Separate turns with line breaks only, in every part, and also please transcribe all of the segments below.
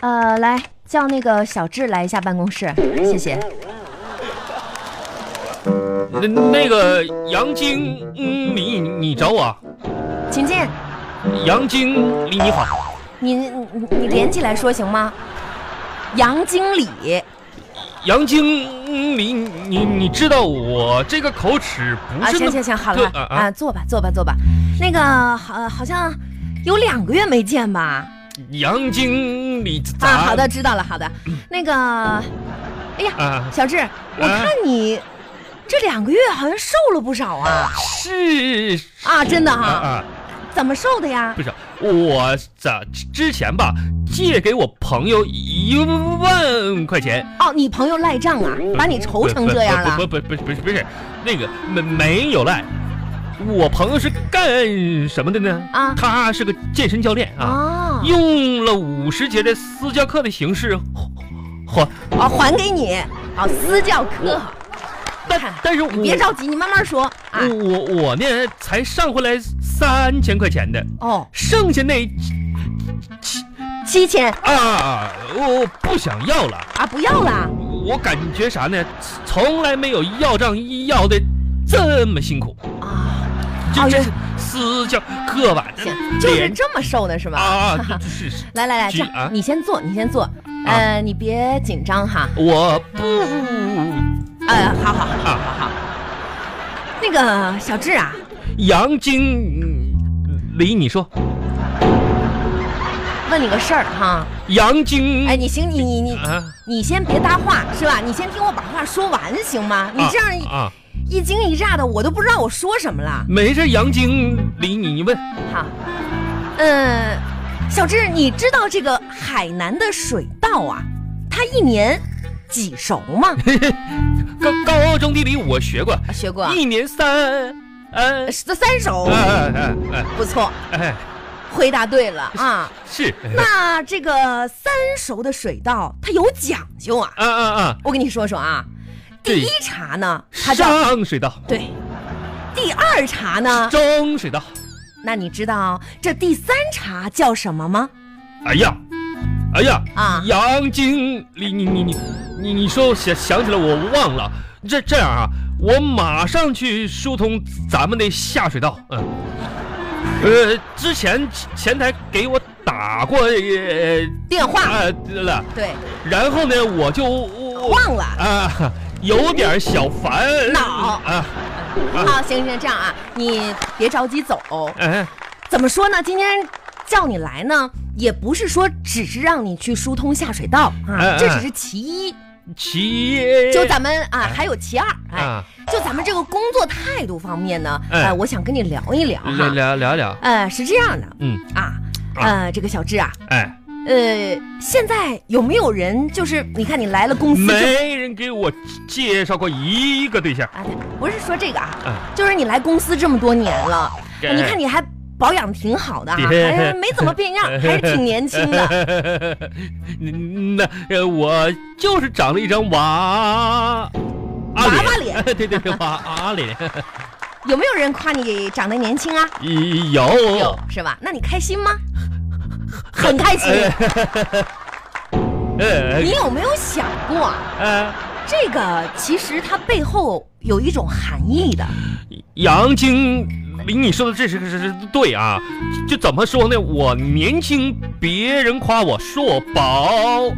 呃，来叫那个小智来一下办公室，谢谢。
那那个杨经理，你找我？啊
请进，
杨经理你好，
你你你连起来说行吗？杨经理，
杨经理，你你知道我这个口齿不
啊，
是
行
那
行行，好了
对
啊
啊啊
啊，坐吧坐吧坐吧。那个好，好像有两个月没见吧？
杨经理咋？
啊，好的，知道了，好的。那个，哎呀，
啊，
小智，我看你这两个月好像瘦了不少啊！
是
啊，真的
啊
哈，
啊，
怎么瘦的呀？
不是我咋之前吧借给我朋友一万块钱，
哦，你朋友赖账啊，把你愁成这样啊 了
不不不不不不是那个没没有赖，我朋友是干什么的呢？
啊
他是个健身教练啊，
啊！
用了五十节的私教课的形式还，
哦，还给你，哦，私教课，
但但是我嗯
你别着急，你慢慢说啊。
我我我呢才上回来三千块钱的，
哦，
剩下那
七千
啊我不想要了，
啊，不要了。
我感觉啥呢？从来没有要账要的这么辛苦，
啊，
就
哎
这
呦
是私教课吧，
行，就是
连
这么瘦的是吧？
啊，是是，
来来来，
举
这样
啊
你先坐，你先坐。呃，你别紧张哈。
我不
呃，好好好好
啊，
好。那个小智啊，
杨经理，你说
问你个事儿哈。
杨经
哎，你行，你你你
啊
你先别搭话是吧？你先听我把话说完行吗？你这样一
啊，
一惊一乍的，我都不知道我说什么了。
没事，杨经理，你你问
好，嗯，小智，你知道这个海南的水稻啊，它一年几熟 吗？
高高中地理我学过，
啊学过啊，
一年三呃
这三熟，
哎哎
不错，
哎哎
回答对了
嗯
啊。
是
那这个三熟的水稻，它有讲究啊。
啊啊啊，
我跟你说说啊，第
对
一茬呢，它叫
上水道，
对；第二茬呢，
中水道，
那你知道这第三茬叫什么吗？
哎呀哎呀
啊
杨经理，你你你你你说我想想起来我忘了，这这样啊，我马上去疏通咱们的下水道。嗯，呃，之前前台给我打过呃
电话，
啊了，
对，
然后呢我就我
忘了。
啊有点小烦
恼
啊，
好，行行，这样啊，你别着急走。
哎
怎么说呢？今天叫你来呢，也不是说只是让你去疏通下水道啊
嗯，
这
嗯
只是其一。
其
就咱们啊，还有其二，哎，
啊
就咱们这个工作态度方面呢，
哎
呃，我想跟你聊一聊
聊
哈。
聊聊聊，
呃，是这样的
嗯
啊，
啊
呃，这个小智啊，
哎。
呃，现在有没有人就是你看你来了公司之后
没人给我介绍过一个对象。
啊，不是说这个啊，
啊，
就是你来公司这么多年了，
哎
你看你还保养挺好的哈，
对
还没怎么变样，还是挺年轻 的。
那呃，我就是长了一张娃娃
娃娃脸
对 对对，娃娃脸
有没有人夸你长得年轻啊？
有
有是吧？那你开心吗？很开心。
哎呃
你有没有想过啊，
呃，
这个其实它背后有一种含义的？
杨经理，你说的这是是是对啊，就怎么说呢？我年轻，别人夸我说我薄，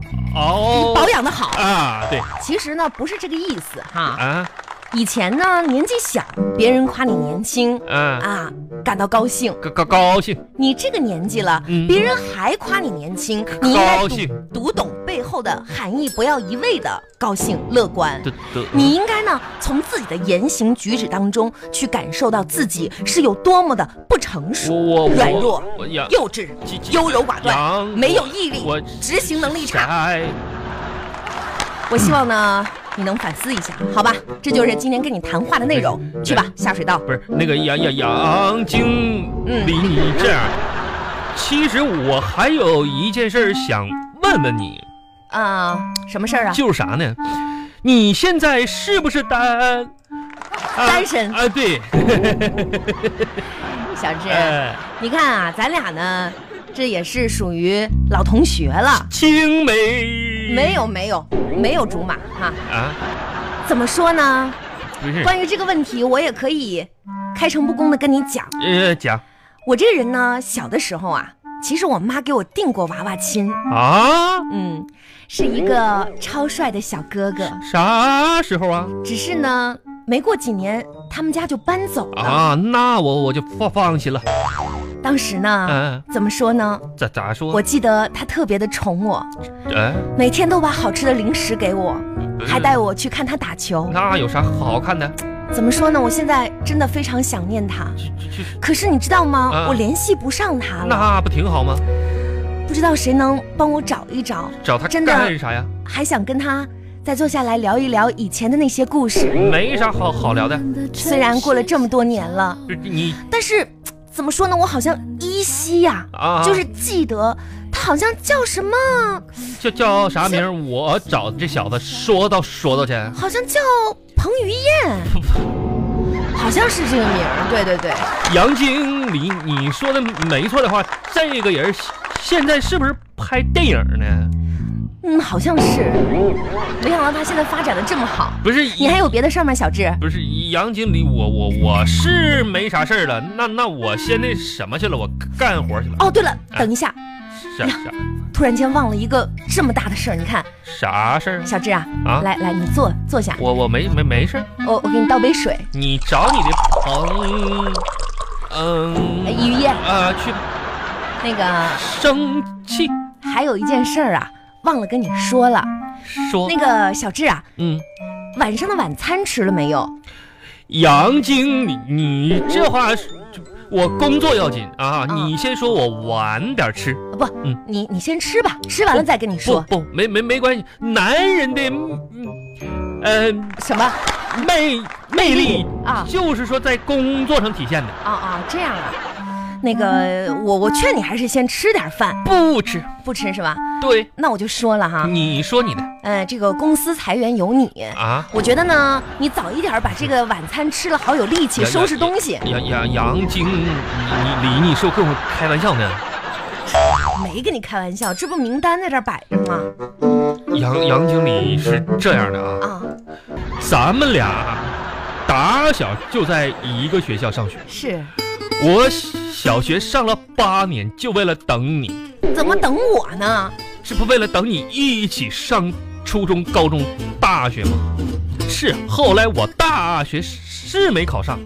你
哦
保养的好，
啊，对
其实呢不是这个意思哈。
啊
以前呢年纪小，别人夸你年轻
啊，
啊，感到高兴。
高高高兴。
你这个年纪了，
嗯
别人还夸你年轻，你应该
高
读
兴
读懂背后的含义，不要一味的高兴乐观。
得得，
你应该呢，从自己的言行举止当中去感受到自己是有多么的不成
我
熟、
我
软弱
我杨
幼稚、
几几
优柔寡断、
杨
没有毅力
我、
执行能力差。
啥？
我希望呢，你能反思一下，好吧？这就是今天跟你谈话的内容。
嗯
去吧，下水道。
不是那个杨杨杨经
嗯
理，你这样，其实我还有一件事儿想问问你，嗯
啊、什么事儿啊？
就是啥呢？
嗯
你现在是不是单？啊
单身
啊，对，
小智，
哎，
你看啊，咱俩呢，这也是属于老同学了。
青梅
没有没有没有竹马哈，
啊？
怎么说呢？
不是，
关于这个问题，我也可以开诚布公的跟你讲，
呃，讲
我这个人呢，小的时候啊，其实我妈给我定过娃娃亲，
啊，
嗯，是一个超帅的小哥哥，
啥时候啊？
只是呢，没过几年他们家就搬走了。
啊，那我我就放放心了。
当时呢，
嗯、
怎么说呢？
咋咋说？
我记得他特别的宠我，
哎，
每天都把好吃的零食给我，
嗯
还带我去看他打球。
那有啥好看的？
怎么说呢？我现在真的非常想念他。
去去去，
可是你知道吗？
啊
我联系不上他了，
那不挺好吗？
不知道谁能帮我找一找。
找他
真的
干啥呀？
还想跟他再坐下来聊一聊以前的那些故事。
没啥好好聊的。
虽然过了这么多年了，
就你
但是怎么说呢？我好像依稀呀、
啊，
就是记得他好像叫什么，
叫叫啥名儿？我找这小子说道说道去。
好像叫彭于晏， 好像是这个名儿。对对对，
杨经理，你说的没错的话，这个人现在是不是拍电影呢？
嗯，好像是。没想到他现在发展的这么好。
不是，
你还有别的事儿吗，小志？
不是杨经理，我我我是没啥事儿了。那那我先那什么去了，我干活去了。
哦，对了，
啊
等一下，
啥啥
突然间忘了一个这么大的事儿。你看，
啥事儿
小志啊，
啊？
来来，你坐坐下，哦
我我没没没事儿，
我我给你倒杯水。
你找你的朋，
哎
嗯
于晏，
啊去
那个
生气
还有一件事儿啊，忘了跟你说了。
说
那个小志啊，
嗯。
晚上的晚餐吃了没有？
杨经理，你这话是，我工作要紧啊！
嗯
你先说，我晚点吃。
呃
嗯
你你先吃吧，吃完了再跟你
不
说。
不，没没没关系，男人的，嗯，呃，
什么？
魅魅力
啊
就是说在工作上体现的。
啊啊，这样啊。那个，我我劝你还是先吃点饭，
不吃，
不吃是吧？
对，
那我就说了哈，
你说你的
呃，这个公司裁员有你，
啊，
我觉得呢，你早一点把这个晚餐吃了，好有力气
呀呀
收拾东西。
杨杨杨经理，你你是跟我开玩笑呢？
没跟你开玩笑，这不名单在这儿摆着吗？
杨杨经理是这样的啊，
啊，
咱们俩打小就在一个学校上学。
是，
我小学上了八年，就为了等你，
怎么等我呢？
这不为了等你一起上初中、高中、大学吗？是，后来我大学是没考上，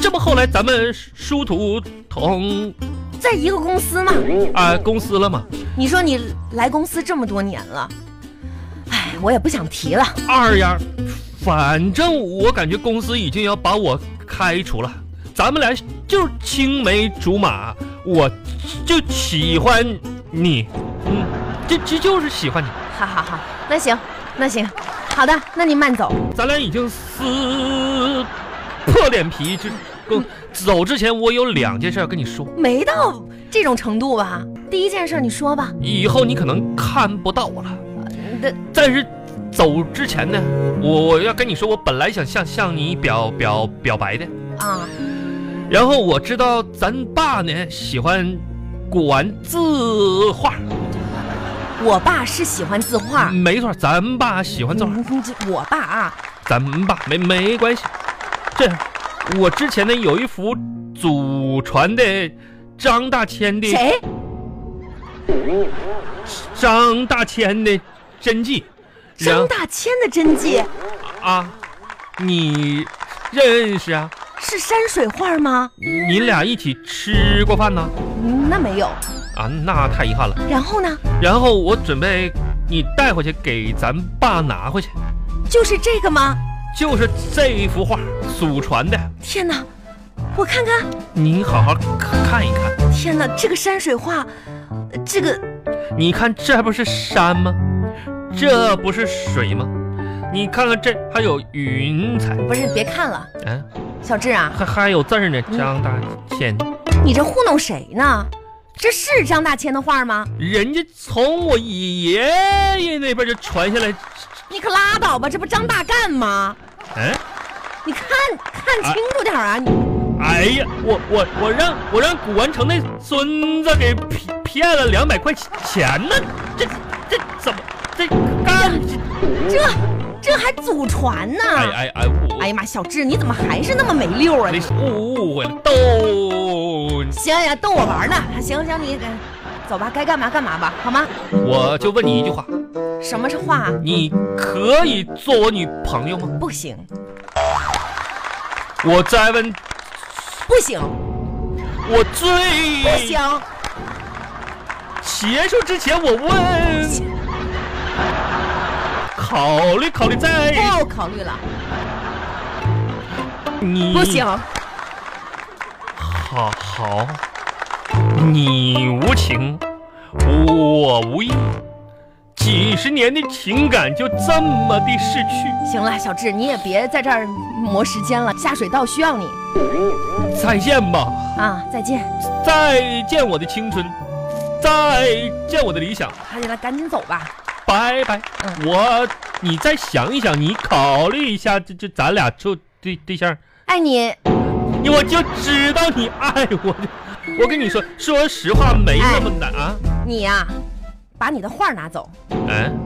这不后来咱们殊途同
在一个公司嘛，
啊、公司了吗？
你说你来公司这么多年了，哎，我也不想提了。
二丫，反正我感觉公司已经要把我开除了，咱们俩就是青梅竹马，我就喜欢你，嗯，这这就是喜欢你。
好好好，那行，那行，好的，那您慢走。
咱俩已经撕破脸皮，就够。走之前，我有两件事要跟你说，
没到这种程度吧？第一件事你说吧。
以后你可能看不到我了。
的
但是走之前呢，我我要跟你说，我本来想向向你表表表白的，
啊，
然后我知道咱爸呢喜欢古玩字画，
我爸是喜欢字画。
没错，咱爸喜欢字画，
你你这我爸啊，
咱爸没没关系。这样，我之前呢有一幅祖传的张大千的。
谁？
张大千的真迹，
张大千的真迹
然啊，你认识啊？
是山水画吗？
你俩一起吃过饭呢？
嗯那没有。
啊，那太遗憾了。
然后呢？
然后我准备你带回去给咱爸拿回去，
就是这个吗？
就是这幅画，祖传的，
天哪，我看看。
你好好看一看。
天哪，这个山水画，呃这个
你看这不是山吗？这不是水吗？你看看这还有云彩，
不是别看了，
嗯、
小志啊，
还还有字儿呢。张大千。
你这糊弄谁呢？这是张大千的画吗？
人家从我爷爷那边就传下来，
你可拉倒吧，这不张大干吗？
嗯，
你看看清楚点儿啊！你
哎呀，我我我让我让古玩城那孙子给劈劈骗了两百块钱呢？这这怎么这干？
这这还祖传呢！
哎哎哎！我
哎呀妈，小智你怎么还是那么没溜啊？
那
你
是误会了，都，
行呀，逗我玩呢。行行，你给走吧，该干嘛干嘛吧，好吗？
我就问你一句话，
什么是话？
你可以做我女朋友吗？
不行，
我再问，
不行，
我
不
最
行！
结束之前我问，考虑考虑再
不考虑了，
你
不行，
好好，你无情，我无义，几十年的情感就这么的逝去。
行了，小智你也别在这儿磨时间了，下水道需要你
再见吧，
啊！再见，
再见我的青春，再见我的理想，
赶紧来，赶紧走吧。
拜拜。
嗯
我，你再想一想，你考虑一下，这这咱俩处对对象，
爱哎你，
我就知道你爱我。 我跟你说，说实话没那么难啊。
你呀、把你的画拿走，
嗯，